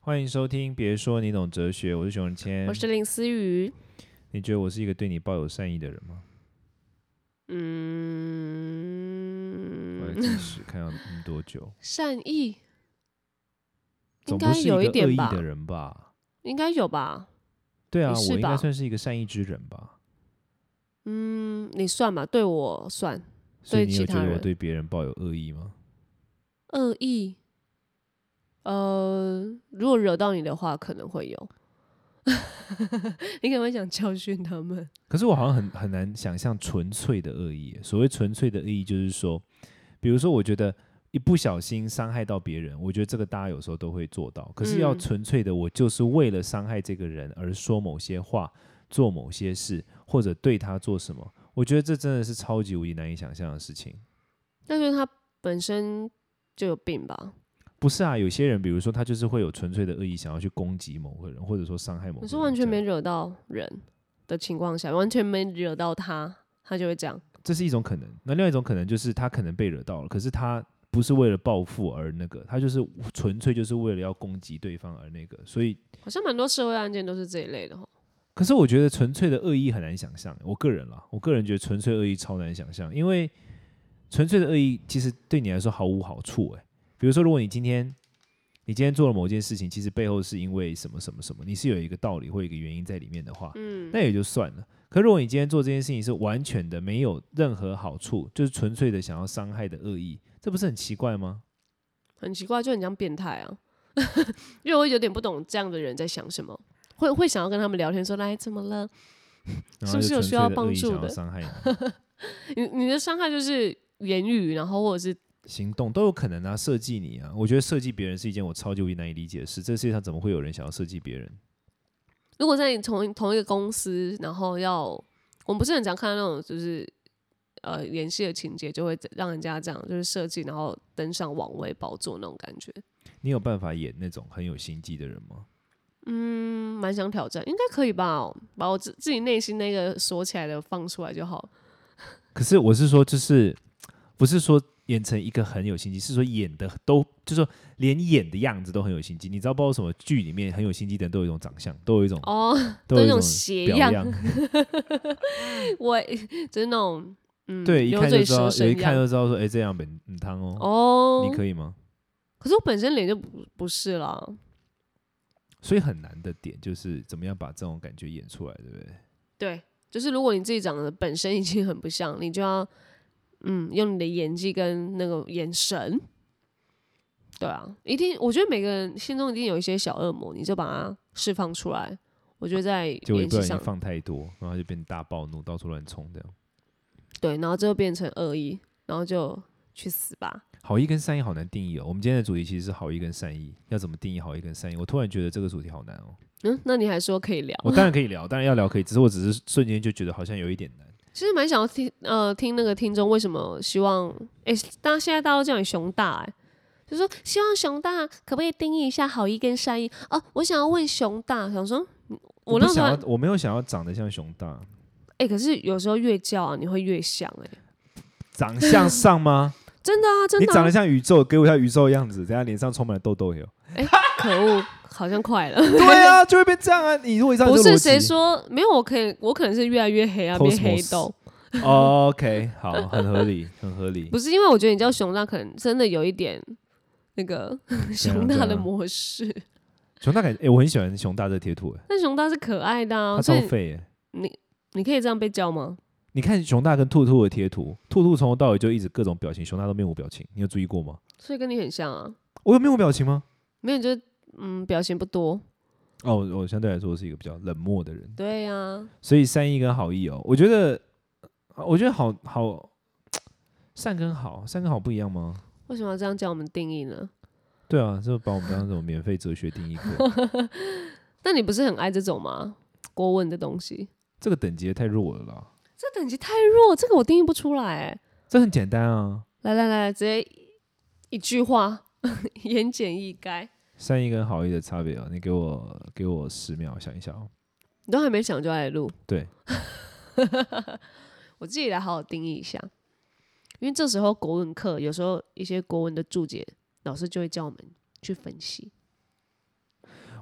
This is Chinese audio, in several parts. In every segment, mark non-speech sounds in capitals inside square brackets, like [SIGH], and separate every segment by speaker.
Speaker 1: 欢迎收听，别说你懂哲学，我是熊仁谦。
Speaker 2: 我是林思雨。
Speaker 1: 你觉得我是一个对你抱有善意的人吗？我来 [LAUGHS]
Speaker 2: 嗯，
Speaker 1: 计时，看要嗯多久。
Speaker 2: 善意
Speaker 1: 总
Speaker 2: [LAUGHS]
Speaker 1: 不
Speaker 2: 应该
Speaker 1: 是
Speaker 2: 有
Speaker 1: 一
Speaker 2: 一
Speaker 1: 个
Speaker 2: 点
Speaker 1: 恶意
Speaker 2: 吧
Speaker 1: 的人吧？
Speaker 2: 应该有吧？
Speaker 1: 对啊，
Speaker 2: 你是
Speaker 1: 我应该
Speaker 2: 吧
Speaker 1: 算是一个善意之人吧。
Speaker 2: 嗯，你算吧，对我算
Speaker 1: 所以
Speaker 2: 对
Speaker 1: 你
Speaker 2: 其
Speaker 1: 有觉
Speaker 2: 他
Speaker 1: 得我
Speaker 2: 人
Speaker 1: 对别人抱有恶意吗？
Speaker 2: 恶意。呃，如果惹到你的话，可能会有。 [LAUGHS] 你可能会想教训他们。
Speaker 1: 可是我好像很很难想象纯粹的恶意耶。所谓纯粹的恶意，就是说，比如说，我觉得一不小心伤害到别人，我觉得这个大家有时候都会做到。可是要
Speaker 2: 嗯
Speaker 1: 纯粹的，我就是为了伤害这个人而说某些话、做某些事，或者对他做什么，我觉得这真的是超级无敌难以想象的事情。
Speaker 2: 那就是他本身就有病吧？
Speaker 1: 不是啊，有些人，比如说他就是会有纯粹的恶意，想要去攻击某个人，或者说伤害某个人。
Speaker 2: 我是完全
Speaker 1: 这
Speaker 2: 没
Speaker 1: 样，
Speaker 2: 惹到人的情况下，完全没惹到他，他就会这样。
Speaker 1: 这是一种可能。那另外一种可能就是他可能被惹到了，可是他不是为了报复而那个，他就是纯粹就是为了要攻击对方而那个。所以，
Speaker 2: 好像蛮多社会案件都是这一类的哦。
Speaker 1: 可是我觉得纯粹的恶意很难想象。我个人啦，我个人觉得纯粹恶意超难想象，因为纯粹的恶意其实对你来说毫无好处、欸。比如说，如果你今天你今天做了某件事情，其实背后是因为什么什么什么，你是有一个道理或一个原因在里面的话，
Speaker 2: 嗯，
Speaker 1: 那也就算了。可如果你今天做这件事情是完全的没有任何好处，就是纯粹的想要伤害的恶意，这不是很奇怪吗？
Speaker 2: 很奇怪，就很像变态啊， [LAUGHS] 因为我有点不懂这样的人在想什么，会会想要跟他们聊天说，来怎么了？
Speaker 1: 然
Speaker 2: 是
Speaker 1: 后
Speaker 2: 不
Speaker 1: 就是
Speaker 2: 有
Speaker 1: 纯
Speaker 2: 需
Speaker 1: 粹
Speaker 2: 要
Speaker 1: 的
Speaker 2: 帮
Speaker 1: 恶意
Speaker 2: 助
Speaker 1: 想要
Speaker 2: 的
Speaker 1: 伤
Speaker 2: [LAUGHS]
Speaker 1: 害你，
Speaker 2: 你你的伤害就是言语，然后或者是
Speaker 1: 行动都有可能啊，设计你啊。我觉得设计别人是一件我超级无敌难以理解的事。这世界上怎么会有人想要设计别人？
Speaker 2: 如果在你同同一个公司，然后要我们不是很常看到那种就是呃演戏的情节，就会让人家这样就是设计，然后登上王位宝座那种感觉，
Speaker 1: 你有办法演那种很有心机的人吗？
Speaker 2: 嗯，蛮想挑战，应该可以吧、把我自自己内心那个锁起来的放出来就好了。
Speaker 1: 可是我是说，就是不是说演成一个很有心机，是说演的都，就是说连演的样子都很有心机。你知道，包括什么剧里面很有心机的人都有一种长相，都有一种，
Speaker 2: 哦，
Speaker 1: 都有一
Speaker 2: 都有一种
Speaker 1: 种
Speaker 2: 斜
Speaker 1: 表
Speaker 2: 样
Speaker 1: 样。
Speaker 2: [LAUGHS] 我就是那种嗯，
Speaker 1: 对，一
Speaker 2: 流
Speaker 1: 看就
Speaker 2: 水
Speaker 1: 知道
Speaker 2: 蛇，
Speaker 1: 有
Speaker 2: 神
Speaker 1: 一
Speaker 2: 一
Speaker 1: 看
Speaker 2: 样
Speaker 1: 就知道说，哎、这样本嗯汤哦，
Speaker 2: 哦。
Speaker 1: 你可以吗？
Speaker 2: 可是我本身脸就不不是啦，
Speaker 1: 所以很难的点就是怎么样把这种感觉演出来，对不对？
Speaker 2: 对，就是如果你自己长得本身已经很不像，你就要嗯用你的演技跟那个眼神，对啊，一定我觉得每个人心中一定有一些小恶魔，你就把它释放出来。我觉得在
Speaker 1: 结果一
Speaker 2: 演
Speaker 1: 啊不
Speaker 2: 戏
Speaker 1: 小心
Speaker 2: 上，
Speaker 1: 放太多，然后就变大暴怒，到处乱冲这样。
Speaker 2: 对，然后最后变成恶意，然后就去死吧。
Speaker 1: 好意跟善意好难定义哦。我们今天的主题其实是好意跟善意，要怎么定义好意跟善意？我突然觉得这个主题好难哦。
Speaker 2: 嗯，那你还说可以聊？
Speaker 1: 我当然可以聊，当然要聊可以，只是我只是瞬间就觉得好像有一点难。
Speaker 2: 其实蛮想要听，呃，听那个听众为什么希望，诶，大家现在大家都叫你熊大、诶，就说希望熊大可不可以定义一下好意跟善意？哦，我想要问熊大，想说，嗯
Speaker 1: 不
Speaker 2: 我那时
Speaker 1: 想
Speaker 2: 候还，
Speaker 1: 要，我没有想要长得像熊大，
Speaker 2: 诶，可是有时候越叫啊，你会越像、诶，
Speaker 1: 长相上吗？
Speaker 2: [LAUGHS] 真的啊，真
Speaker 1: 你
Speaker 2: 的、
Speaker 1: 长
Speaker 2: 啊
Speaker 1: 得，像宇宙，给我像宇宙的样子，等下脸上充满了痘痘哟。
Speaker 2: 可恶，好像快了，
Speaker 1: [LAUGHS]
Speaker 2: [LAUGHS]
Speaker 1: 对啊，就会变这样啊！你如果一上
Speaker 2: 不是谁说没有，我可以，我可能是越来越黑啊，变黑
Speaker 1: Cosmos
Speaker 2: 豆，
Speaker 1: 哦 OK，好，
Speaker 2: [LAUGHS]
Speaker 1: 很合理，很合理
Speaker 2: 不。是因为我觉得你叫熊大，可能真的有一点那个 [LAUGHS] 熊大
Speaker 1: 怎样
Speaker 2: 的
Speaker 1: 啊
Speaker 2: 模式，
Speaker 1: 熊大感觉，哎、我很喜欢熊大这贴图、哎，
Speaker 2: 但熊大是可爱的啊，
Speaker 1: 他
Speaker 2: 所
Speaker 1: 超
Speaker 2: 以
Speaker 1: 废、哎。
Speaker 2: 你可以这样被叫吗？
Speaker 1: 你看熊大跟兔兔的贴图，兔兔从头到尾就一直各种表情，熊大都面无表情，你有注意过吗？
Speaker 2: 所以跟你很像啊，
Speaker 1: 我有面无表情吗？
Speaker 2: 没有就是嗯表情不多。
Speaker 1: 哦，我我相对来说是一个比较冷漠的人，
Speaker 2: 对呀、啊，
Speaker 1: 所以善意跟好意哦，我觉得，我觉得好好善跟好，善跟好不一样吗？
Speaker 2: 为什么要这样叫我们定义呢？ [LAUGHS]
Speaker 1: 对啊，就把我们当这种免费哲学定义过，
Speaker 2: 那你不是很爱这种吗？国文的东西，
Speaker 1: 这个等级也太弱了啦，
Speaker 2: 这等级太弱，这个我定义不出来、欸。
Speaker 1: 这很简单啊，
Speaker 2: 来来来，直接一一句话， [LAUGHS] 言简意赅。
Speaker 1: 善意跟好意的差别哦，你给我给我十秒想一下哦。
Speaker 2: 你都还没想就来录，
Speaker 1: 对，
Speaker 2: 我自己来好好定义一下。因为这时候国文课有时候一些国文的注解，老师就会叫我们去分析。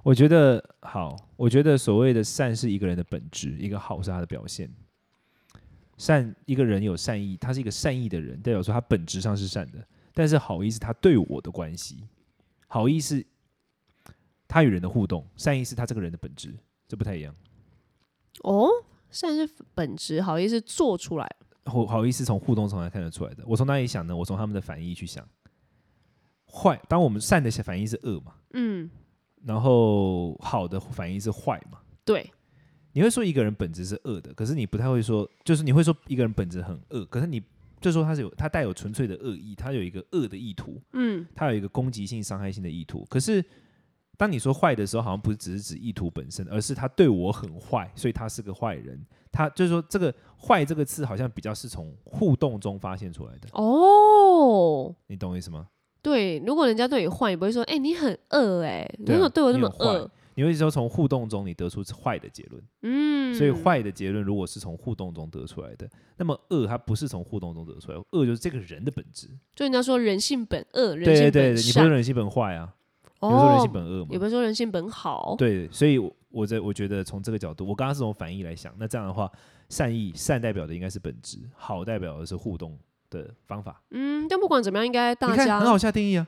Speaker 1: 我觉得好，我觉得所谓的善是一个人的本质，一个好是他的表现。善一个人有善意，他是一个善意的人，代表说他本质上是善的。但是好意是他对我的关系，好意是他与人的互动，善意是他这个人的本质，这不太一样。
Speaker 2: 哦，善是本质，好意思做出来。
Speaker 1: 好好意思从互动上来看得出来的。我从哪里想呢？我从他们的反义去想。坏，当我们善的反义是恶嘛，
Speaker 2: 嗯，
Speaker 1: 然后好的反义是坏嘛。
Speaker 2: 对，
Speaker 1: 你会说一个人本质是恶的，可是你不太会说，就是你会说一个人本质很恶，可是你就说他是有他带有纯粹的恶意，他有一个恶的意图，
Speaker 2: 嗯，
Speaker 1: 他有一个攻击性、伤害性的意图。可是当你说坏的时候，好像不是只是指意图本身，而是他对我很坏，所以他是个坏人。他就是说这个“坏”这个字，好像比较是从互动中发现出来的，
Speaker 2: 哦，
Speaker 1: 你懂我意思吗？
Speaker 2: 对，如果人家对你坏，你不会说，哎、你很恶、哎，你
Speaker 1: 对啊
Speaker 2: 怎么对我那
Speaker 1: 你
Speaker 2: 么
Speaker 1: 很坏
Speaker 2: 恶？
Speaker 1: 你会说从互动中你得出坏的结论，
Speaker 2: 嗯，
Speaker 1: 所以坏的结论如果是从互动中得出来的，那么恶它不是从互动中得出来，恶就是这个人的本质。
Speaker 2: 就人家说人性本恶，人
Speaker 1: 对对
Speaker 2: 性
Speaker 1: 对，
Speaker 2: 本
Speaker 1: 你不是
Speaker 2: 善，
Speaker 1: 人性本坏啊，你不是人
Speaker 2: 哦
Speaker 1: 性，本恶
Speaker 2: 也
Speaker 1: 嘛？
Speaker 2: 不是说人性本好，
Speaker 1: 对，所以我我在我觉得从这个角度，我刚刚是从反义来想，那这样的话，善意善代表的应该是本质，好代表的是互动的方法。
Speaker 2: 嗯，但不管怎么样，应该
Speaker 1: 你
Speaker 2: 大
Speaker 1: 看
Speaker 2: 家
Speaker 1: 很好下定义啊，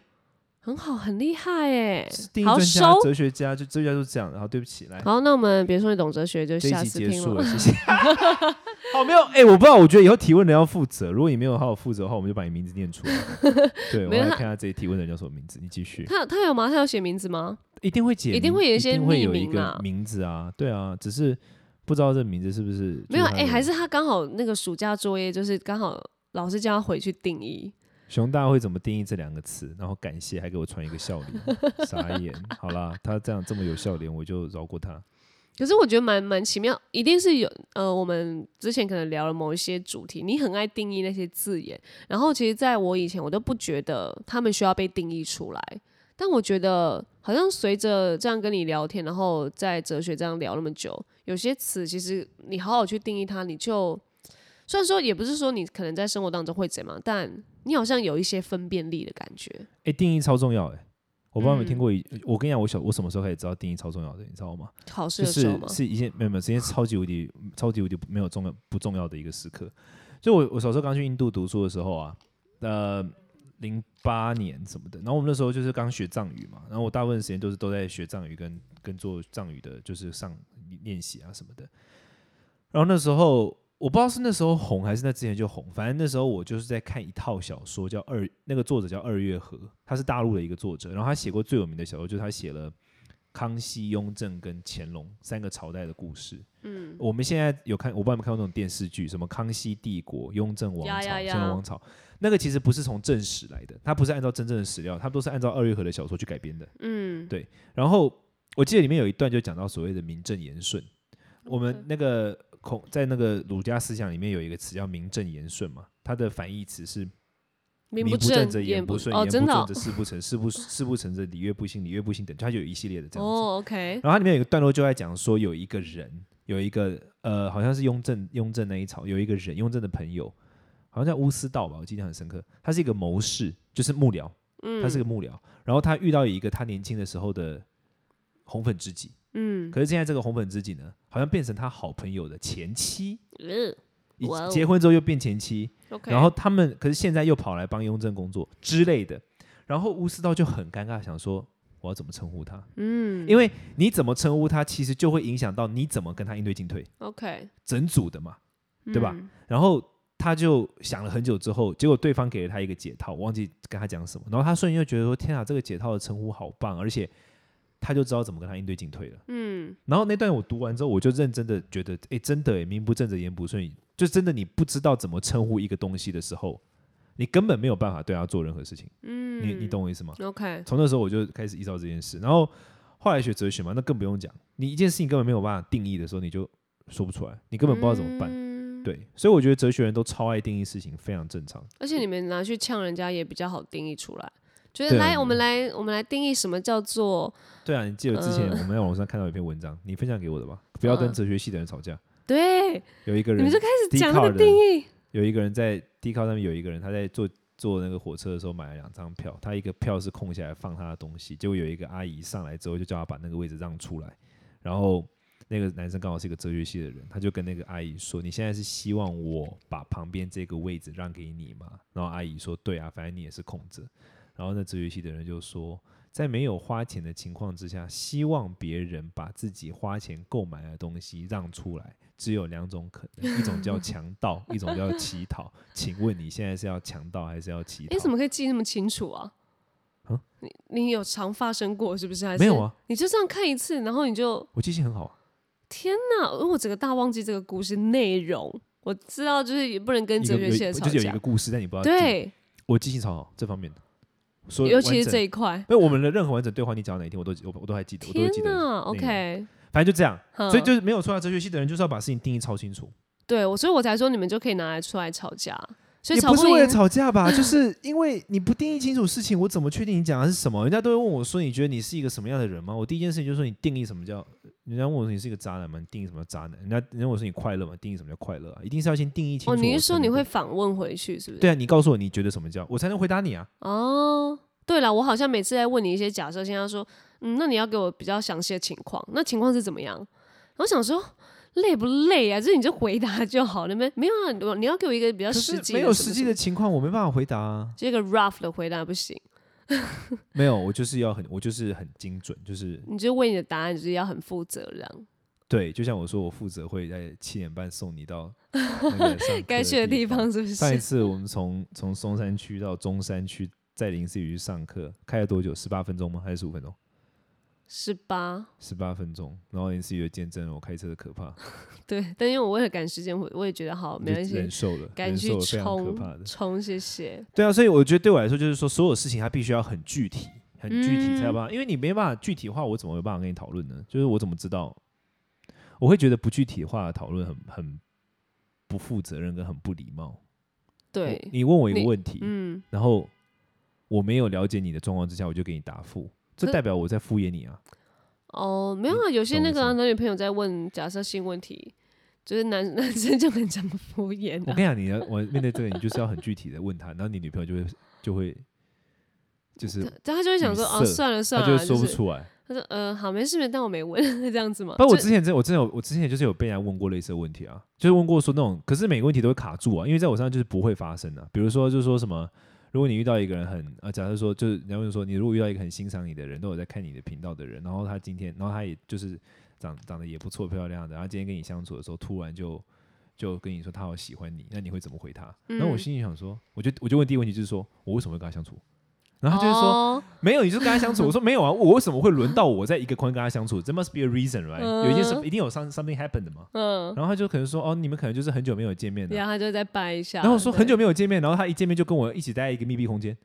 Speaker 2: 很好，很厉害哎、
Speaker 1: 定义
Speaker 2: 好
Speaker 1: 专家
Speaker 2: 收、。
Speaker 1: 哲学家就哲学家就是这样。然后对不起，来
Speaker 2: 好，那我们别说你懂哲学，就
Speaker 1: 哎这一
Speaker 2: 下
Speaker 1: 集
Speaker 2: 次
Speaker 1: 结
Speaker 2: 听
Speaker 1: 束
Speaker 2: 了
Speaker 1: 了，。
Speaker 2: [LAUGHS]
Speaker 1: 谢谢。 [LAUGHS] 好，没有哎、我不知道，我觉得以后提问的要负责，如果你没有好好负责的话，我们就把你名字念出来。 [LAUGHS] 对，我
Speaker 2: 没有
Speaker 1: 来
Speaker 2: 他
Speaker 1: 看下这一提问的人叫什么名字，你继续。
Speaker 2: 他他有吗？他有写名字吗？
Speaker 1: 一定会解名，
Speaker 2: 一定会有一些
Speaker 1: 定会有
Speaker 2: 匿
Speaker 1: 一
Speaker 2: 名
Speaker 1: 个
Speaker 2: 啊
Speaker 1: 名字啊，对啊，只是不知道这名字是不是
Speaker 2: 没有，
Speaker 1: 就是
Speaker 2: 哎、
Speaker 1: 他的
Speaker 2: 还是他刚好那个暑假作业，就是刚好老师叫他回去定义。
Speaker 1: 熊大会怎么定义这两个词？然后感谢，还给我传一个笑脸，傻眼。好啦，他这样这么有笑脸，我就饶过他。
Speaker 2: 可是我觉得蛮蛮奇妙，一定是有呃，我们之前可能聊了某一些主题，你很爱定义那些字眼，然后其实在我以前我都不觉得他们需要被定义出来，但我觉得好像随着这样跟你聊天，然后在哲学这样聊那么久，有些词其实你好好去定义它，你就虽然说也不是说你可能在生活当中会怎么样，但你好像有一些分辨力的感觉。
Speaker 1: 哎、定义超重要哎、我不知道你有没有听
Speaker 2: 嗯
Speaker 1: 过一，我跟你讲，我小我什么时候开始知道定义超重要的，你知道吗？
Speaker 2: 考试
Speaker 1: 就
Speaker 2: 的时候
Speaker 1: 是
Speaker 2: 吗？
Speaker 1: 是一件没有没有，是一件超级无敌超级无敌没有重要不重要的一个时刻。就我我小时候刚去印度读书的时候啊，呃，零八年什么的，然后我们那时候就是刚学藏语嘛，然后我大部分时间都是都在学藏语跟跟做藏语的，就是上练习啊什么的。然后那时候我不知道是那时候红还是那之前就红，反正那时候我就是在看一套小说，叫二，那个作者叫二月河，他是大陆的一个作者，然后他写过最有名的小说就是他写了。康熙、雍正跟乾隆三个朝代的故事，
Speaker 2: 嗯，
Speaker 1: 我们现在有看，我不知道你们看过那种电视剧，什么《康熙帝国》《雍正王朝
Speaker 2: 呀》呀
Speaker 1: 乾
Speaker 2: 呀
Speaker 1: 隆王朝》，那个其实不是从正史来的，它不是按照真正的史料，它都是按照二月河的小说去改编的。
Speaker 2: 嗯，
Speaker 1: 对然后我记得里面有一段就讲到所谓的名正言顺，我们那个孔在那个儒家思想里面有一个词叫名正言顺嘛，它的反义词是
Speaker 2: 名
Speaker 1: 不正
Speaker 2: 正
Speaker 1: 则言
Speaker 2: 言
Speaker 1: 不顺，
Speaker 2: 哦，
Speaker 1: 言不
Speaker 2: 真的
Speaker 1: 正
Speaker 2: 哦
Speaker 1: 则事不成，事不事不成则礼乐不兴，礼乐不兴等，它就有一系列的这样子。
Speaker 2: 哦，OK，
Speaker 1: 然后它里面有一个段落就在讲说，有一个人，有一个呃，好像是雍正雍正那一朝，有一个人，雍正的朋友，好像叫乌斯道吧，我记得很深刻。他是一个谋士，就是幕僚，
Speaker 2: 嗯，
Speaker 1: 他是个幕僚。然后他遇到一个他年轻的时候的红粉知己，
Speaker 2: 嗯，
Speaker 1: 可是现在这个红粉知己呢，好像变成他好朋友的前妻，
Speaker 2: 呃
Speaker 1: 以
Speaker 2: 哇哦
Speaker 1: 结婚之后又变前妻，
Speaker 2: ，OK，
Speaker 1: 嗯然后他们可是现在又跑来帮雍正工作之类的。然后乌斯道就很尴尬，想说我要怎么称呼他？
Speaker 2: 嗯，
Speaker 1: 因为你怎么称呼他，其实就会影响到你怎么跟他应对进退，
Speaker 2: OK，
Speaker 1: 整组的嘛。对吧
Speaker 2: 嗯？
Speaker 1: 然后他就想了很久之后，结果对方给了他一个解套，忘记跟他讲什么，然后他瞬间就觉得说：“天啊，这个解套的称呼好棒！”而且他就知道怎么跟他应对进退了。
Speaker 2: 嗯，
Speaker 1: 然后那段我读完之后，我就认真的觉得，哎，真的诶，名不正则言不顺，就真的你不知道怎么称呼一个东西的时候，你根本没有办法对他做任何事情。
Speaker 2: 嗯，
Speaker 1: 你你懂我意思吗？
Speaker 2: ？OK，
Speaker 1: 从那时候我就开始意识到这件事，然后后来学哲学嘛，那更不用讲，你一件事情根本没有办法定义的时候，你就说不出来，你根本不知道怎么办。
Speaker 2: 嗯。
Speaker 1: 对，所以我觉得哲学人都超爱定义事情，非常正常。
Speaker 2: 而且你们拿去呛人家也比较好定义出来，就是
Speaker 1: 对
Speaker 2: 来
Speaker 1: 嗯
Speaker 2: 我们来我们来定义什么叫做
Speaker 1: 对啊，你记得之前
Speaker 2: 嗯
Speaker 1: 我们在网络上看到一篇文章，你分享给我的吧？不要跟
Speaker 2: 嗯
Speaker 1: 哲学系的人吵架。
Speaker 2: 对，
Speaker 1: 有一个
Speaker 2: 你
Speaker 1: 人
Speaker 2: 们就开始
Speaker 1: d
Speaker 2: 讲那
Speaker 1: c
Speaker 2: 个定义，
Speaker 1: 有一个人在 d 靠上面有一个人，他在做坐那个火车的时候买了两张票，他一个票是空下来放他的东西，结果有一个阿姨上来之后就叫他把那个位置让出来，然后那个男生刚好是一个哲学系的人，他就跟那个阿姨说：“你现在是希望我把旁边这个位置让给你吗？”然后阿姨说：“对啊，反正你也是空着。”然后那哲学系的人就说：“在没有花钱的情况之下，希望别人把自己花钱购买的东西让出来，只有两种可能，一种叫强
Speaker 2: [LAUGHS]
Speaker 1: 盗，一种叫乞讨。请问你现在是要强盗还是要乞讨？
Speaker 2: 你怎么可以记那么清楚啊？
Speaker 1: 啊
Speaker 2: 你你有常发生过是不是？还是
Speaker 1: 没有？啊？
Speaker 2: 你就这样看一次，然后你就
Speaker 1: 我记性很好啊，
Speaker 2: 天哪！我整个大忘记这个故事内容。我知道，就是也不能跟
Speaker 1: 一
Speaker 2: 哲
Speaker 1: 个
Speaker 2: 学
Speaker 1: 有
Speaker 2: 系
Speaker 1: 就
Speaker 2: 的吵
Speaker 1: 是有一
Speaker 2: 架
Speaker 1: 个。呃故事，但你不知道。，
Speaker 2: 对，
Speaker 1: 我记性超好这方面的，所以
Speaker 2: 尤其
Speaker 1: 完
Speaker 2: 是
Speaker 1: 整
Speaker 2: 这。一块。
Speaker 1: 那我们的任何完整对话，你讲到哪一天，我都我我都还记得，我都会
Speaker 2: 天
Speaker 1: 记得。
Speaker 2: 哪嗯
Speaker 1: 内容
Speaker 2: ！OK，
Speaker 1: 反正就这样，
Speaker 2: 哼
Speaker 1: 所以就是没有错啊。哲学系的人就是要把事情定义超清楚。
Speaker 2: 对我，所以我才说你们就可以拿来出来吵架。所以
Speaker 1: 也
Speaker 2: 吵
Speaker 1: 不是
Speaker 2: 不
Speaker 1: 为了
Speaker 2: 赢，
Speaker 1: 吵架吧， [LAUGHS] 就是因为你不定义清楚事情，我怎么确定你讲的是什么？人家都会问我说：“你觉得你是一个什么样的人吗？”我第一件事情就是说：“你定义什么叫？”人家问我说：“你是一个渣男吗？”你定义什么叫渣男？人家人家问我说：“你快乐吗？”定义什么叫快乐啊？一定是要先定义清楚
Speaker 2: 哦，
Speaker 1: 我才能。
Speaker 2: 你是说你会反问回去是不是？
Speaker 1: 对啊？你告诉我你觉得什么叫，我才能回答你啊。
Speaker 2: 哦，对了，我好像每次在问你一些假设，现在说，嗯，那你要给我比较详细的情况，那情况是怎么样？我想说，累不累啊？就是你就回答就好了，没没有啊？我你要给我一个比较
Speaker 1: 可
Speaker 2: 实
Speaker 1: 是
Speaker 2: 际的什么什么，
Speaker 1: 没有实际的情况，我没办法回答啊。
Speaker 2: 这个 rough 的回答不行，
Speaker 1: 没有，我就是要很，我就是很精准，就是
Speaker 2: 你就为你的答案就是要很负责任。
Speaker 1: 对，就像我说，我负责会在七点半送你到那
Speaker 2: [LAUGHS]
Speaker 1: 个上
Speaker 2: 该
Speaker 1: 课
Speaker 2: 去的地
Speaker 1: 地
Speaker 2: 方是不
Speaker 1: 上一
Speaker 2: 是？
Speaker 1: 次我们从从松山区到中山区，在林思雨去上课，开了多久？十八分钟吗？还是十五分钟？
Speaker 2: [LAUGHS] 是吧？
Speaker 1: 十八分钟。然后林思雨就见证了我开车的可怕，
Speaker 2: 对，但因为我为了赶时间，我我也觉得好，
Speaker 1: 我
Speaker 2: [LAUGHS] 没
Speaker 1: 就
Speaker 2: 关系
Speaker 1: 忍，受了，
Speaker 2: 赶
Speaker 1: 忍
Speaker 2: 紧
Speaker 1: 受了
Speaker 2: 去
Speaker 1: 非常可
Speaker 2: 冲
Speaker 1: 怕的。
Speaker 2: 冲，谢谢。
Speaker 1: 对啊，所以我觉得对我来说，就是说所有事情它必须要很具体，很具体才有
Speaker 2: 嗯
Speaker 1: 办法，因为你没办法具体化，我怎么有办法跟你讨论呢？就是我怎么知道？我会觉得不具体化的讨论很很不负责任跟很不礼貌。我
Speaker 2: 对，
Speaker 1: 你问我一个
Speaker 2: 你
Speaker 1: 问题，
Speaker 2: 嗯，
Speaker 1: 然后我没有了解你的状况之下，我就给你答复，这
Speaker 2: 可
Speaker 1: 代表我在敷衍你
Speaker 2: [LAUGHS]
Speaker 1: 啊。
Speaker 2: 哦，没有啊，有些
Speaker 1: 嗯懂我意
Speaker 2: 那
Speaker 1: 思
Speaker 2: 个啊
Speaker 1: 吗
Speaker 2: 男女朋友在问假设性问题，就是男 [LAUGHS] 男生就很讲敷衍
Speaker 1: 我
Speaker 2: 啊
Speaker 1: 跟你讲，你要我面对这个，你就是要很具体的问他，然后你女朋友就会就会就是
Speaker 2: 他他就会想说
Speaker 1: 语塞
Speaker 2: 哦，算了算
Speaker 1: 她
Speaker 2: 了
Speaker 1: 就会
Speaker 2: 啊，
Speaker 1: 说
Speaker 2: 就
Speaker 1: 不
Speaker 2: 是
Speaker 1: 出来。
Speaker 2: 他说呃好没事没事，但我没问 [LAUGHS] 这样子嘛。
Speaker 1: 不，我
Speaker 2: 就
Speaker 1: 之前真我真的有我之前就是有被人家问过类似的问题啊，就是问过说那种，可是每个问题都会卡住啊，因为在我身上就是不会发生啊。比如说就是说什么，如果你遇到一个人很呃，假设说就是人家问说你如果遇到一个很欣赏你的人，都有在看你的频道的人，然后他今天，然后他也就是长长得也不错漂亮的，然后今天跟你相处的时候，突然就就跟你说他好喜欢你，那你会怎么回他？然后我
Speaker 2: 嗯
Speaker 1: 心里想说，我就我就问第一个问题就是说我为什么会跟他相处？然后他就是说，
Speaker 2: 哦
Speaker 1: 没有，你就跟他相
Speaker 2: [LAUGHS]
Speaker 1: 处。我说没有啊，我为什么会轮到我在一个空间跟他相处？There must be a reason, right？、
Speaker 2: 嗯
Speaker 1: 有一件什一定有 some something happened 的嘛。
Speaker 2: 嗯，
Speaker 1: 然后他就可能说，哦，你们可能就是很久没有见面了。
Speaker 2: 然后他就再掰一下，
Speaker 1: 然后我说
Speaker 2: 对
Speaker 1: 很久没有见面，然后他一见面就跟我一起待在一个密闭空间，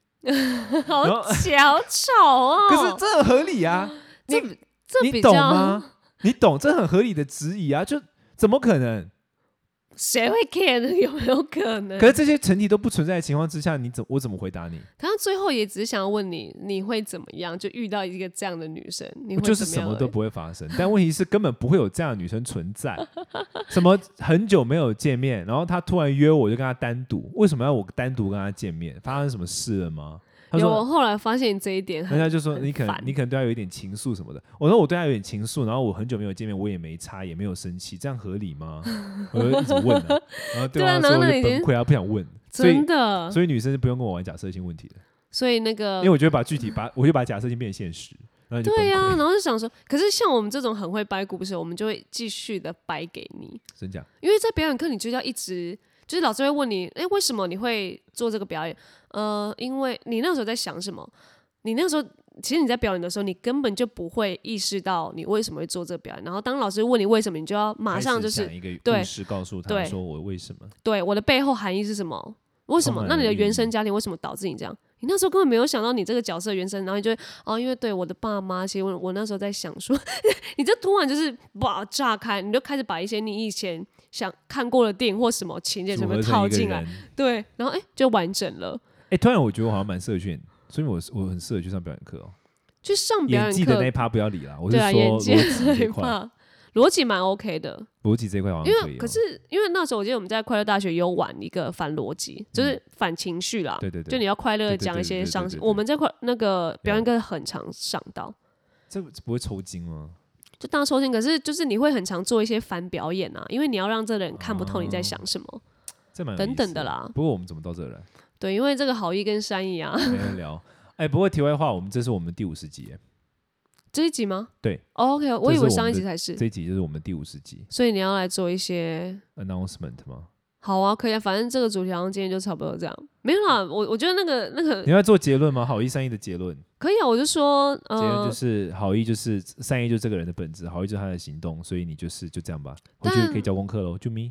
Speaker 2: 好
Speaker 1: 然后
Speaker 2: 巧巧哦，
Speaker 1: 可是这很合理啊，
Speaker 2: 这
Speaker 1: 你
Speaker 2: 这
Speaker 1: 你
Speaker 2: 比
Speaker 1: 懂
Speaker 2: 较
Speaker 1: 吗？你懂，这很合理的质疑啊，就怎么可能？
Speaker 2: 谁会 care 呢 [LAUGHS] 有没有可能
Speaker 1: 可？是这些前提都不存在的情况之下，你怎我怎么回答你？
Speaker 2: 他最后也只是想要问你，你会怎么样？就遇到一个这样的女生，你会
Speaker 1: 就是
Speaker 2: 怎
Speaker 1: 什
Speaker 2: 样
Speaker 1: 么都
Speaker 2: 而已
Speaker 1: 不会发生。但问题是，根本不会有这样的女生存在。什么很久没有见面，然后她突然约我，我就跟她单独。为什么要我单独跟她见面？发生什么事了吗？她
Speaker 2: 有。我
Speaker 1: 说，哎
Speaker 2: 后来发现你这一点
Speaker 1: 人
Speaker 2: 很
Speaker 1: 家就说
Speaker 2: 很
Speaker 1: 你可能
Speaker 2: 烦
Speaker 1: 你可能对她有一点情愫什么的。我说我对她有点情愫，然后我很久没有见面，我也没差，也没有生气，这样合理吗？我就一直问、啊，然后对
Speaker 2: 对啊
Speaker 1: 方说
Speaker 2: 然后
Speaker 1: 我
Speaker 2: 那
Speaker 1: 就
Speaker 2: 已
Speaker 1: 崩
Speaker 2: 经
Speaker 1: 溃，她不想问。所以
Speaker 2: 真的，
Speaker 1: 所以女生是不用跟我玩假设性问题的，
Speaker 2: 所以那个
Speaker 1: 因为我觉得把具体把我就把假设性变现实，然后你就
Speaker 2: 嗯对
Speaker 1: 崩
Speaker 2: 呀、
Speaker 1: 溃
Speaker 2: 然后就想说，可是像我们这种很会掰故事，我们就会继续的掰给你，
Speaker 1: 真假？
Speaker 2: 因为在表演课你就要一直，就是老师会问你，哎，为什么你会做这个表演？呃，因为你那时候在想什么？你那时候其实你在表演的时候，你根本就不会意识到你为什么会做这个表演。然后当老师问你为什么，你就要马上
Speaker 1: 开
Speaker 2: 就
Speaker 1: 始
Speaker 2: 是
Speaker 1: 讲一个
Speaker 2: 对
Speaker 1: 故事，告诉他
Speaker 2: 对
Speaker 1: 说我为什么。
Speaker 2: 对我的背后含义是什么？为什么？
Speaker 1: 充满
Speaker 2: 那你的
Speaker 1: 了寓
Speaker 2: 原
Speaker 1: 意
Speaker 2: 生家庭为什么导致你这样？你那时候根本没有想到你这个角色的原生，然后你就会哦，因为对我的爸妈，其实我我那时候在想说， [LAUGHS] 你就突然就是哇炸开，你就开始把一些你以前想看过的电影或什么情节
Speaker 1: 组
Speaker 2: 全部
Speaker 1: 合成
Speaker 2: 套
Speaker 1: 一个
Speaker 2: 进来
Speaker 1: 人，，
Speaker 2: 对，然后哎就完整了。
Speaker 1: 哎、突然我觉得我好像蛮适合去演，所以我我很适合去上表演课哦。
Speaker 2: 去上表
Speaker 1: 演技
Speaker 2: 演
Speaker 1: 的那
Speaker 2: 课
Speaker 1: 一，趴不要理啦，我是
Speaker 2: 对
Speaker 1: 说
Speaker 2: 啊，演
Speaker 1: 逻
Speaker 2: 技
Speaker 1: 辑这一
Speaker 2: 害
Speaker 1: 块，
Speaker 2: 怕， [LAUGHS] 逻辑蛮 OK 的，
Speaker 1: 逻辑这一块好
Speaker 2: 因
Speaker 1: 像可以、
Speaker 2: 为
Speaker 1: 哦。
Speaker 2: 可是因为那时候我记得我们在快乐大学有玩一个反逻辑，就是反情绪啦，
Speaker 1: 对对对，
Speaker 2: 就你要快乐
Speaker 1: 对对
Speaker 2: 地
Speaker 1: 对
Speaker 2: 讲一
Speaker 1: 对对
Speaker 2: 些
Speaker 1: 对
Speaker 2: 伤
Speaker 1: 对
Speaker 2: 心。
Speaker 1: 对
Speaker 2: 我们这块那个表演课很常上到，
Speaker 1: 这这不会抽筋吗？
Speaker 2: 就大抽筋，可是就是你会很常做一些反表演啊，因为你要让这个人看不透你在想什么、
Speaker 1: 这蛮有
Speaker 2: 等
Speaker 1: 意
Speaker 2: 等
Speaker 1: 思
Speaker 2: 的。啦。
Speaker 1: 不过我们怎么到这来？
Speaker 2: 对，因为这个好意跟山意啊， [LAUGHS]
Speaker 1: 没人聊。哎，不过题外话，我们这是我们第五十集耶，
Speaker 2: 这一集吗？
Speaker 1: 对、
Speaker 2: o k 我以
Speaker 1: 这是我
Speaker 2: 为
Speaker 1: 们
Speaker 2: 上一集
Speaker 1: 的
Speaker 2: 才是，
Speaker 1: 这一集就是我们第五十集
Speaker 2: 所以你要来做一些
Speaker 1: announcement 吗？
Speaker 2: 好啊，可以啊，反正这个主题好像今天就差不多这样，没有啦，我我觉得那个那个
Speaker 1: 你要做结论吗？好意善意的结论，
Speaker 2: 可以啊，我就说，
Speaker 1: 结论
Speaker 2: 呃
Speaker 1: 就，是好意就是善意就是这个人的本质，好意就是他的行动，所以你就是就这样吧，回去
Speaker 2: 但
Speaker 1: 可以交功课喽，啾
Speaker 2: [LAUGHS]
Speaker 1: 咪。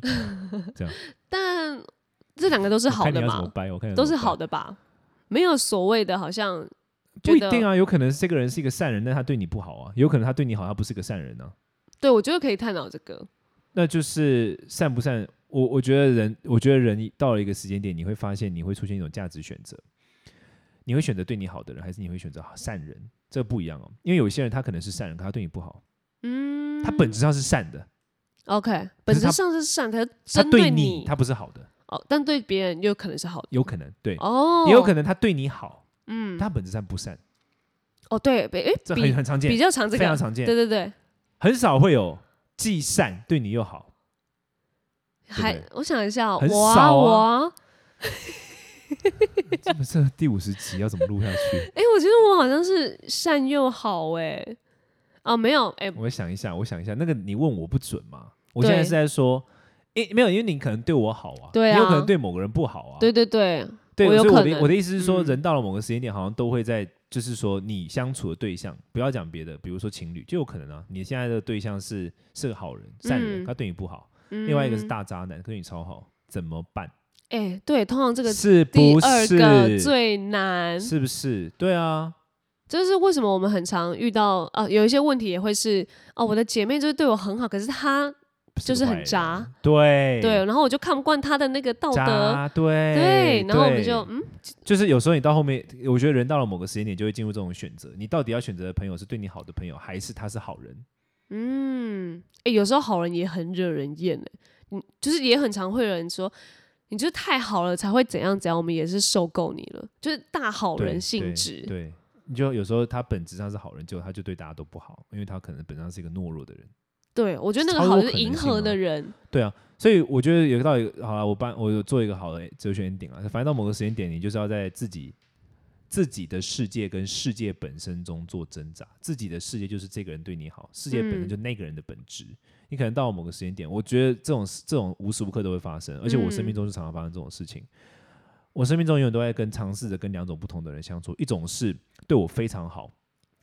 Speaker 2: 但这两个都是好
Speaker 1: 看你
Speaker 2: 的
Speaker 1: 要怎么
Speaker 2: 嘛，
Speaker 1: 掰，我看你要
Speaker 2: 都
Speaker 1: 怎
Speaker 2: 是
Speaker 1: 么
Speaker 2: 好
Speaker 1: 掰，
Speaker 2: 的吧，没有所谓的，好像
Speaker 1: 不一
Speaker 2: 觉得
Speaker 1: 定啊，有可能这个人是一个善人，但他对你不好啊，有可能他对你好，他不是个善人啊，
Speaker 2: 对我觉得可以探讨这个，
Speaker 1: 那就是善不善。我我觉得人，我觉得人到了一个时间点，你会发现你会出现一种价值选择，你会选择对你好的人，还是你会选择善人？这不一样哦，因为有些人他可能是善人，可他对你不好，
Speaker 2: 嗯，
Speaker 1: 他本质上是善的，
Speaker 2: OK，
Speaker 1: 可
Speaker 2: 本
Speaker 1: 是他
Speaker 2: 质上是善，可是
Speaker 1: 他
Speaker 2: 针
Speaker 1: 对
Speaker 2: 你，
Speaker 1: 他不是好的，
Speaker 2: 哦，但对别人有可能是好的
Speaker 1: 有可能对，
Speaker 2: 哦，
Speaker 1: 也有可能他对你好，
Speaker 2: 嗯，
Speaker 1: 他本质上不善，
Speaker 2: 哦对，比诶
Speaker 1: 这很
Speaker 2: 比
Speaker 1: 很常
Speaker 2: 比
Speaker 1: 见，
Speaker 2: 较常这
Speaker 1: 非常
Speaker 2: 个，
Speaker 1: 常见，
Speaker 2: 对对对，
Speaker 1: 很少会有既善对你又好，
Speaker 2: 还
Speaker 1: 对
Speaker 2: 我想一下，
Speaker 1: 很
Speaker 2: 我啊
Speaker 1: 少
Speaker 2: 我
Speaker 1: 啊
Speaker 2: 啊，
Speaker 1: 这不是第五十集要怎么录下
Speaker 2: [LAUGHS]
Speaker 1: 去？
Speaker 2: 诶，我觉得我好像是善又好诶，啊没有诶，
Speaker 1: 我想一下，我想一下，那个你问我不准嘛？我现在是在说，诶、没有，因为你可能对我好啊，
Speaker 2: 对啊
Speaker 1: 你有可能对某个人不好啊，
Speaker 2: 对对对，
Speaker 1: 对，
Speaker 2: 我有
Speaker 1: 所以我
Speaker 2: 可
Speaker 1: 的
Speaker 2: 能
Speaker 1: 我的意思是说，
Speaker 2: 嗯
Speaker 1: 人到了某个时间点，好像都会在，就是说你相处的对象，不要讲别的，比如说情侣，就有可能啊，你现在的对象是是个好人、善人，
Speaker 2: 嗯
Speaker 1: 他对你不好；
Speaker 2: 嗯
Speaker 1: 另外一个是大渣男，对你超好，怎么办？
Speaker 2: 诶，对，通常这个
Speaker 1: 是
Speaker 2: 第
Speaker 1: 不
Speaker 2: 二个
Speaker 1: 是？
Speaker 2: 最难，
Speaker 1: 是不是？对啊，
Speaker 2: 这是为什么我们很常遇到啊，有一些问题也会是哦，我的姐妹就是对我很好，可是她就是很渣，
Speaker 1: 对
Speaker 2: 对，然后我就看不惯她的那个道德。
Speaker 1: 渣，对
Speaker 2: 对，然后我们
Speaker 1: 对
Speaker 2: 就嗯，
Speaker 1: 就是有时候你到后面，我觉得人到了某个时间点就会进入这种选择，你到底要选择的朋友是对你好的朋友，还是他是好人？
Speaker 2: 嗯，哎、有时候好人也很惹人厌哎、嗯，就是也很常会有人说，你就是太好了才会怎样怎样，我们也是受够你了，就是大好
Speaker 1: 对
Speaker 2: 人性
Speaker 1: 对
Speaker 2: 质。
Speaker 1: 对，你就有时候他本质上是好人，结果他就对大家都不好，因为他可能本质上是一个懦弱的人。
Speaker 2: 对我觉得那个
Speaker 1: 超
Speaker 2: 好
Speaker 1: 有
Speaker 2: 就是
Speaker 1: 可能
Speaker 2: 迎
Speaker 1: 性
Speaker 2: 合
Speaker 1: 啊
Speaker 2: 的人，
Speaker 1: 对啊，所以我觉得有个道理，好了，我帮我有做一个好的哲学 ending 啊，反正到某个时间点，你就是要在自己自己的世界跟世界本身中做挣扎。自己的世界就是这个人对你好，世界本身
Speaker 2: 嗯
Speaker 1: 就那个人的本质。你可能到了某个时间点，我觉得这种这种无时无刻都会发生，而且我生命
Speaker 2: 嗯
Speaker 1: 中就常常发生这种事情。我生命中永远都在跟尝试着跟两种不同的人相处，一种是对我非常好，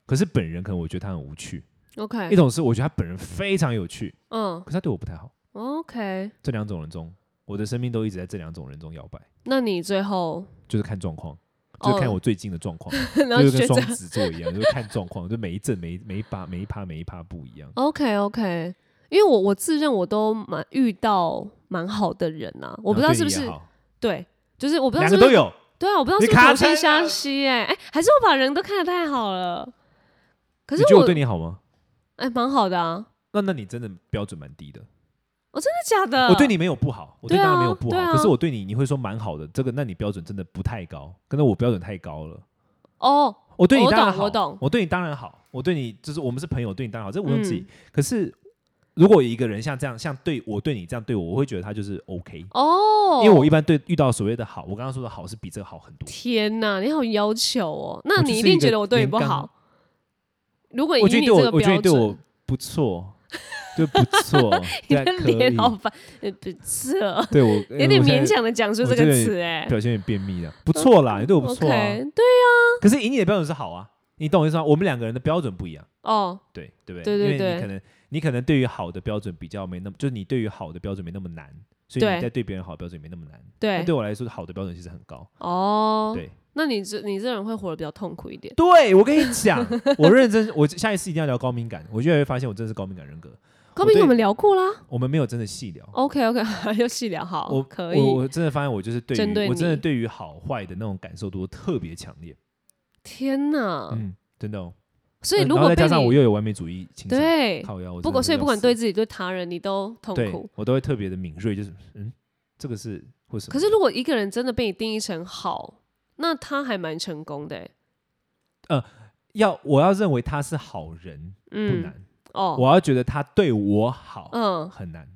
Speaker 1: 可是本人可能我觉得他很无趣；一
Speaker 2: OK，
Speaker 1: 种是我觉得他本人非常有趣，
Speaker 2: 嗯
Speaker 1: 可是他对我不太好。
Speaker 2: ，OK，
Speaker 1: 这两种人中，我的生命都一直在这两种人中摇摆，
Speaker 2: 那你
Speaker 1: [LAUGHS]
Speaker 2: 最后
Speaker 1: 就是看状况，
Speaker 2: 哦
Speaker 1: 就是看我最近的状况，
Speaker 2: [LAUGHS] 然后
Speaker 1: 就是跟
Speaker 2: 选择
Speaker 1: 双
Speaker 2: [LAUGHS]
Speaker 1: 子座一样， [LAUGHS] 就是看状况，就每一阵每一每一把每一趴每一趴不一样。
Speaker 2: OK OK，因为我我自认我都蛮遇到蛮好的人啊，我不知道
Speaker 1: 然后
Speaker 2: 是
Speaker 1: 哦对你也
Speaker 2: 不是
Speaker 1: 好
Speaker 2: 对，就是我不知道
Speaker 1: 两
Speaker 2: 是
Speaker 1: 个
Speaker 2: 不
Speaker 1: 都
Speaker 2: 是
Speaker 1: 有，
Speaker 2: 对啊，我不知道
Speaker 1: 你
Speaker 2: 是不是
Speaker 1: 卡
Speaker 2: 口
Speaker 1: 在
Speaker 2: 气
Speaker 1: 了
Speaker 2: 相吸哎、欸、哎、还是我把人都看得太好了，可是
Speaker 1: 你觉得
Speaker 2: 我
Speaker 1: 我对你好吗？
Speaker 2: 哎蛮、好的啊，哦
Speaker 1: 那那你真的标准蛮低的，
Speaker 2: 真的假的？
Speaker 1: 我对你没有不好，我对
Speaker 2: 嗯对
Speaker 1: 大
Speaker 2: 啊
Speaker 1: 家没有不好，
Speaker 2: 对啊
Speaker 1: 可是我对你你会说蛮好的，这个那你标准真的不太高，可能我标准太高了。
Speaker 2: 哦
Speaker 1: 我对你
Speaker 2: 我
Speaker 1: 当然
Speaker 2: 懂
Speaker 1: 好，
Speaker 2: 我懂
Speaker 1: 对你当然好，我对你就是我们是朋友，对你当然好，这毋庸置疑。
Speaker 2: 嗯
Speaker 1: 可是如果有一个人像这样，像对我对你这样对我，我会觉得他就是 OK，、
Speaker 2: 哦，
Speaker 1: 因为我一般对遇到所谓的好，我刚刚说的好是比这个好很多。
Speaker 2: 天哪，你好要求哦，那
Speaker 1: 我就
Speaker 2: 你
Speaker 1: 是
Speaker 2: 定
Speaker 1: 一个
Speaker 2: 觉得我对你
Speaker 1: 连
Speaker 2: 不
Speaker 1: 刚
Speaker 2: 好？如果以
Speaker 1: 我觉得
Speaker 2: 你
Speaker 1: 你
Speaker 2: 这
Speaker 1: 对
Speaker 2: 个
Speaker 1: 我，我觉得
Speaker 2: 标
Speaker 1: 你对我
Speaker 2: 准，
Speaker 1: 不错，就不
Speaker 2: [LAUGHS]
Speaker 1: 错，
Speaker 2: 你
Speaker 1: 对，啊
Speaker 2: 的
Speaker 1: 可
Speaker 2: 脸
Speaker 1: 以。
Speaker 2: 好烦，呃不是哦，
Speaker 1: 对我
Speaker 2: 有点，
Speaker 1: 我
Speaker 2: 勉
Speaker 1: 现在
Speaker 2: 强的讲出
Speaker 1: 我
Speaker 2: 这
Speaker 1: 这
Speaker 2: 个
Speaker 1: 个
Speaker 2: 词哎、
Speaker 1: 表现有点便秘了，啊不错啦，你对我不错啊。
Speaker 2: OK，对
Speaker 1: 可是以你的标准是好啊，你懂我意思吗？我们两个人的标准不一样。
Speaker 2: 哦，
Speaker 1: 对对不对？
Speaker 2: 对对
Speaker 1: 因为
Speaker 2: 对
Speaker 1: 你可能你可能对于好的标准比较没那么，就是你对于好的标准没那么难，所以
Speaker 2: 对
Speaker 1: 你在对别人好的标准没那么难。
Speaker 2: 对
Speaker 1: 那对我来说，好的标准其实很高。
Speaker 2: 哦，
Speaker 1: 对，
Speaker 2: 那你这你这人会活得比较痛苦一
Speaker 1: [LAUGHS]
Speaker 2: 点。
Speaker 1: 对我跟你讲，我认真，我下一次一定要聊高敏感。我越来越发现我真的是高敏感人格，
Speaker 2: 高敏
Speaker 1: 对
Speaker 2: 我们聊过啦
Speaker 1: 我们没有真的细聊。
Speaker 2: ，OK OK，又 [LAUGHS] 细聊好，
Speaker 1: 我
Speaker 2: 哦可
Speaker 1: 我
Speaker 2: 以。
Speaker 1: 我真的发现我就是对
Speaker 2: 针
Speaker 1: 于
Speaker 2: 对
Speaker 1: 我真的
Speaker 2: 你
Speaker 1: 对于好坏的那种感受度特别强烈。
Speaker 2: 天哪，
Speaker 1: 嗯，真的哦。
Speaker 2: 所以
Speaker 1: 嗯
Speaker 2: 如
Speaker 1: 然后
Speaker 2: 果
Speaker 1: 再
Speaker 2: 被
Speaker 1: 加上我
Speaker 2: 你
Speaker 1: 又有完美主义倾向，
Speaker 2: 对，
Speaker 1: 靠腰，我
Speaker 2: 不
Speaker 1: 过
Speaker 2: 管所以不管对自己对他人，你都痛
Speaker 1: 对
Speaker 2: 苦。，
Speaker 1: 我都会特别的敏锐，就是嗯，这个是或什么？
Speaker 2: 可是如果一个人真的被你定义成好，那他还蛮成功的欸、
Speaker 1: 要我要认为他是好人不
Speaker 2: 嗯，
Speaker 1: 难，
Speaker 2: 哦，
Speaker 1: 我要觉得他对我好
Speaker 2: 嗯，
Speaker 1: 很难。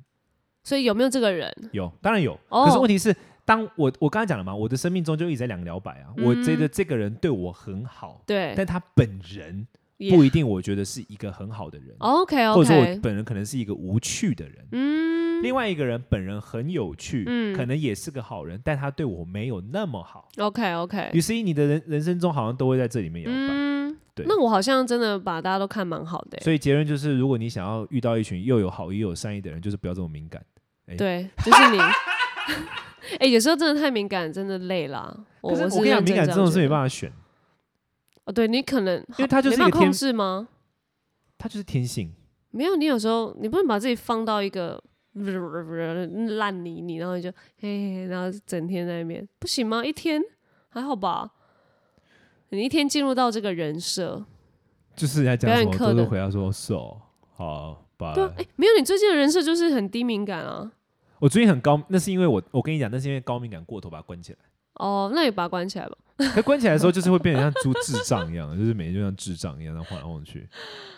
Speaker 2: 所以有没有这个人？
Speaker 1: 有，当然有，
Speaker 2: 哦
Speaker 1: 可是问题是，当我我刚才讲了嘛，我的生命中就一直在两两百啊，我觉得
Speaker 2: 嗯
Speaker 1: 这个人对我很好，
Speaker 2: 对
Speaker 1: 但他本人
Speaker 2: 也哦
Speaker 1: 不一定，我觉得是一个很好的人，
Speaker 2: ，OK
Speaker 1: 或者说我
Speaker 2: OK，
Speaker 1: 本人可能是一个无趣的人。
Speaker 2: 嗯
Speaker 1: 另外一个人本人很有趣，
Speaker 2: 嗯
Speaker 1: 可能也是个好人，但他对我没有那么好。
Speaker 2: ，OK OK，
Speaker 1: 于是你的人人生中好像都会在这里面摇摆。
Speaker 2: 嗯，
Speaker 1: 对
Speaker 2: 那我好像真的把大家都看蛮好的欸、
Speaker 1: 所以结论就是，如果你想要遇到一群又有好意又有善意的人，就是不要这么敏感。以
Speaker 2: 对，就是你。 [LAUGHS] 哎、有时候真的太敏感，真的累啦。我
Speaker 1: 可是
Speaker 2: 我
Speaker 1: 我
Speaker 2: 是
Speaker 1: 跟你讲，敏感
Speaker 2: 这
Speaker 1: 这种是没
Speaker 2: 法。
Speaker 1: 办法选，
Speaker 2: 哦，对你可能因
Speaker 1: 为它就是一个
Speaker 2: 控
Speaker 1: 天
Speaker 2: 制吗？
Speaker 1: 它就是天性。
Speaker 2: 没有，你有时候你不能把自己放到一个烂泥里，然后你就嘿嘿，然后整天在那边不行吗？一天还好吧？你一天进入到这个人设，
Speaker 1: 就是人家
Speaker 2: 表
Speaker 1: 讲什
Speaker 2: 演
Speaker 1: 么，
Speaker 2: 课
Speaker 1: 都是
Speaker 2: 的
Speaker 1: 回答说是哦，好吧
Speaker 2: 对。啊，哎、没有你最近的人设就是很低敏感啊。
Speaker 1: 我最近很高，那是因为我我跟你讲，那是因为高敏感过头把它关起来。
Speaker 2: 哦，那你把它关起来吧。
Speaker 1: 可关起来的时候，就是会变得像猪智障一样，就是每天就像智障一样，然后晃来晃去。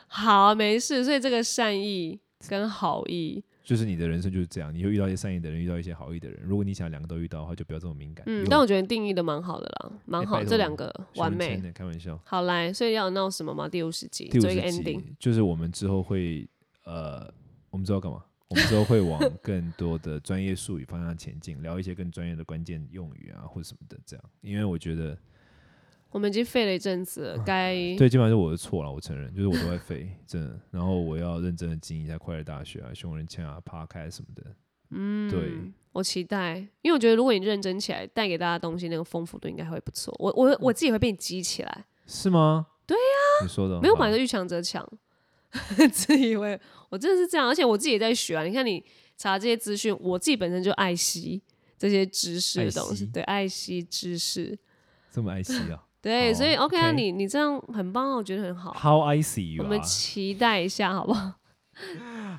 Speaker 2: 好，没事。所以这个善意跟好意，
Speaker 1: 就是你的人生就是这样，你会遇到一些善意的人，遇到一些好意的人。如果你想两个都遇到的话，就不要这么敏感。
Speaker 2: 嗯
Speaker 1: 有，
Speaker 2: 但我觉得定义的蛮好的啦，蛮
Speaker 1: 哎
Speaker 2: 好，
Speaker 1: 拜托
Speaker 2: 这两个
Speaker 1: 选
Speaker 2: 完
Speaker 1: 文
Speaker 2: 美
Speaker 1: 签。的，开玩笑。
Speaker 2: 好来，所以要闹什么吗？第五十集
Speaker 1: 第五
Speaker 2: 做一个
Speaker 1: 十
Speaker 2: ending。
Speaker 1: 集就是我们之后会呃，我们之后干嘛？我们之后会
Speaker 2: [LAUGHS]
Speaker 1: 往更多的专业术语方向前进，聊一些更专业的关键用语啊，或者什么的这样。因为我觉得，
Speaker 2: 我们已经废了一阵子了，该
Speaker 1: 对，基本上是我的错了，我承认，就是我都在飞，真的。然后我要认真的经营一下快乐大学啊、熊人签啊、趴开什么的。嗯，对，
Speaker 2: 我期待，因为我觉得如果你认真起来，带给大家东西那个丰富度应该会不错。我我我自己会被你激起来，
Speaker 1: 是吗？对呀、你说的
Speaker 2: 没有
Speaker 1: 嗯好
Speaker 2: 本来就遇强则强， [LAUGHS] 自以为我真的是这样，而且我自己也在学啊。你看你查这些资讯，我自己本身就爱惜这些知识的东
Speaker 1: 爱惜
Speaker 2: 西，对，爱惜知识，
Speaker 1: 这么爱惜
Speaker 2: [LAUGHS]
Speaker 1: 啊
Speaker 2: 对，
Speaker 1: 好
Speaker 2: 所以 OK 啊，
Speaker 1: ，OK
Speaker 2: 你你这样很棒啊，我觉得很好。
Speaker 1: ，How I see
Speaker 2: 我
Speaker 1: you
Speaker 2: 们
Speaker 1: 啊。
Speaker 2: 期待一下，好不好？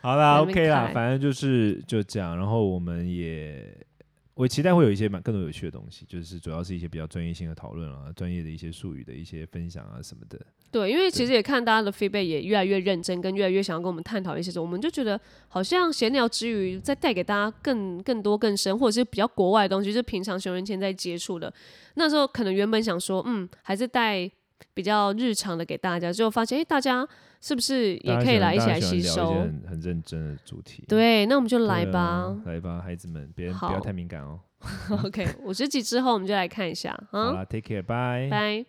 Speaker 1: 好啦
Speaker 2: 在那边
Speaker 1: ，OK 啦，
Speaker 2: 看
Speaker 1: 反正就是就这样。然后我们也，我期待会有一些蛮更多有趣的东西，就是主要是一些比较专业性的讨论啊，专业的一些术语的一些分享啊什么的。
Speaker 2: 对，因为其实也看大家的 feedback 也越来越认真，跟越来越想要跟我们探讨一些什么，我们就觉得好像闲聊之余，再带给大家更更多更深，或者是比较国外的东西，就是平常熊人前在接触的。那时候可能原本想说，嗯，还是带比较日常的给大家，结果发现，哎，大家是不是也可以来一起
Speaker 1: 大家
Speaker 2: 来
Speaker 1: 喜欢大
Speaker 2: 吸
Speaker 1: 家喜欢聊一
Speaker 2: 收
Speaker 1: 些？很很认真的主题。
Speaker 2: 对，那我们就
Speaker 1: 对啊，
Speaker 2: 来吧。 [LAUGHS]
Speaker 1: 来吧，孩子们，别人不
Speaker 2: 好
Speaker 1: 要太敏感哦。
Speaker 2: OK，五十集之后我们就来看一下
Speaker 1: 好
Speaker 2: 啊，
Speaker 1: 啦，Take care，拜。
Speaker 2: 拜。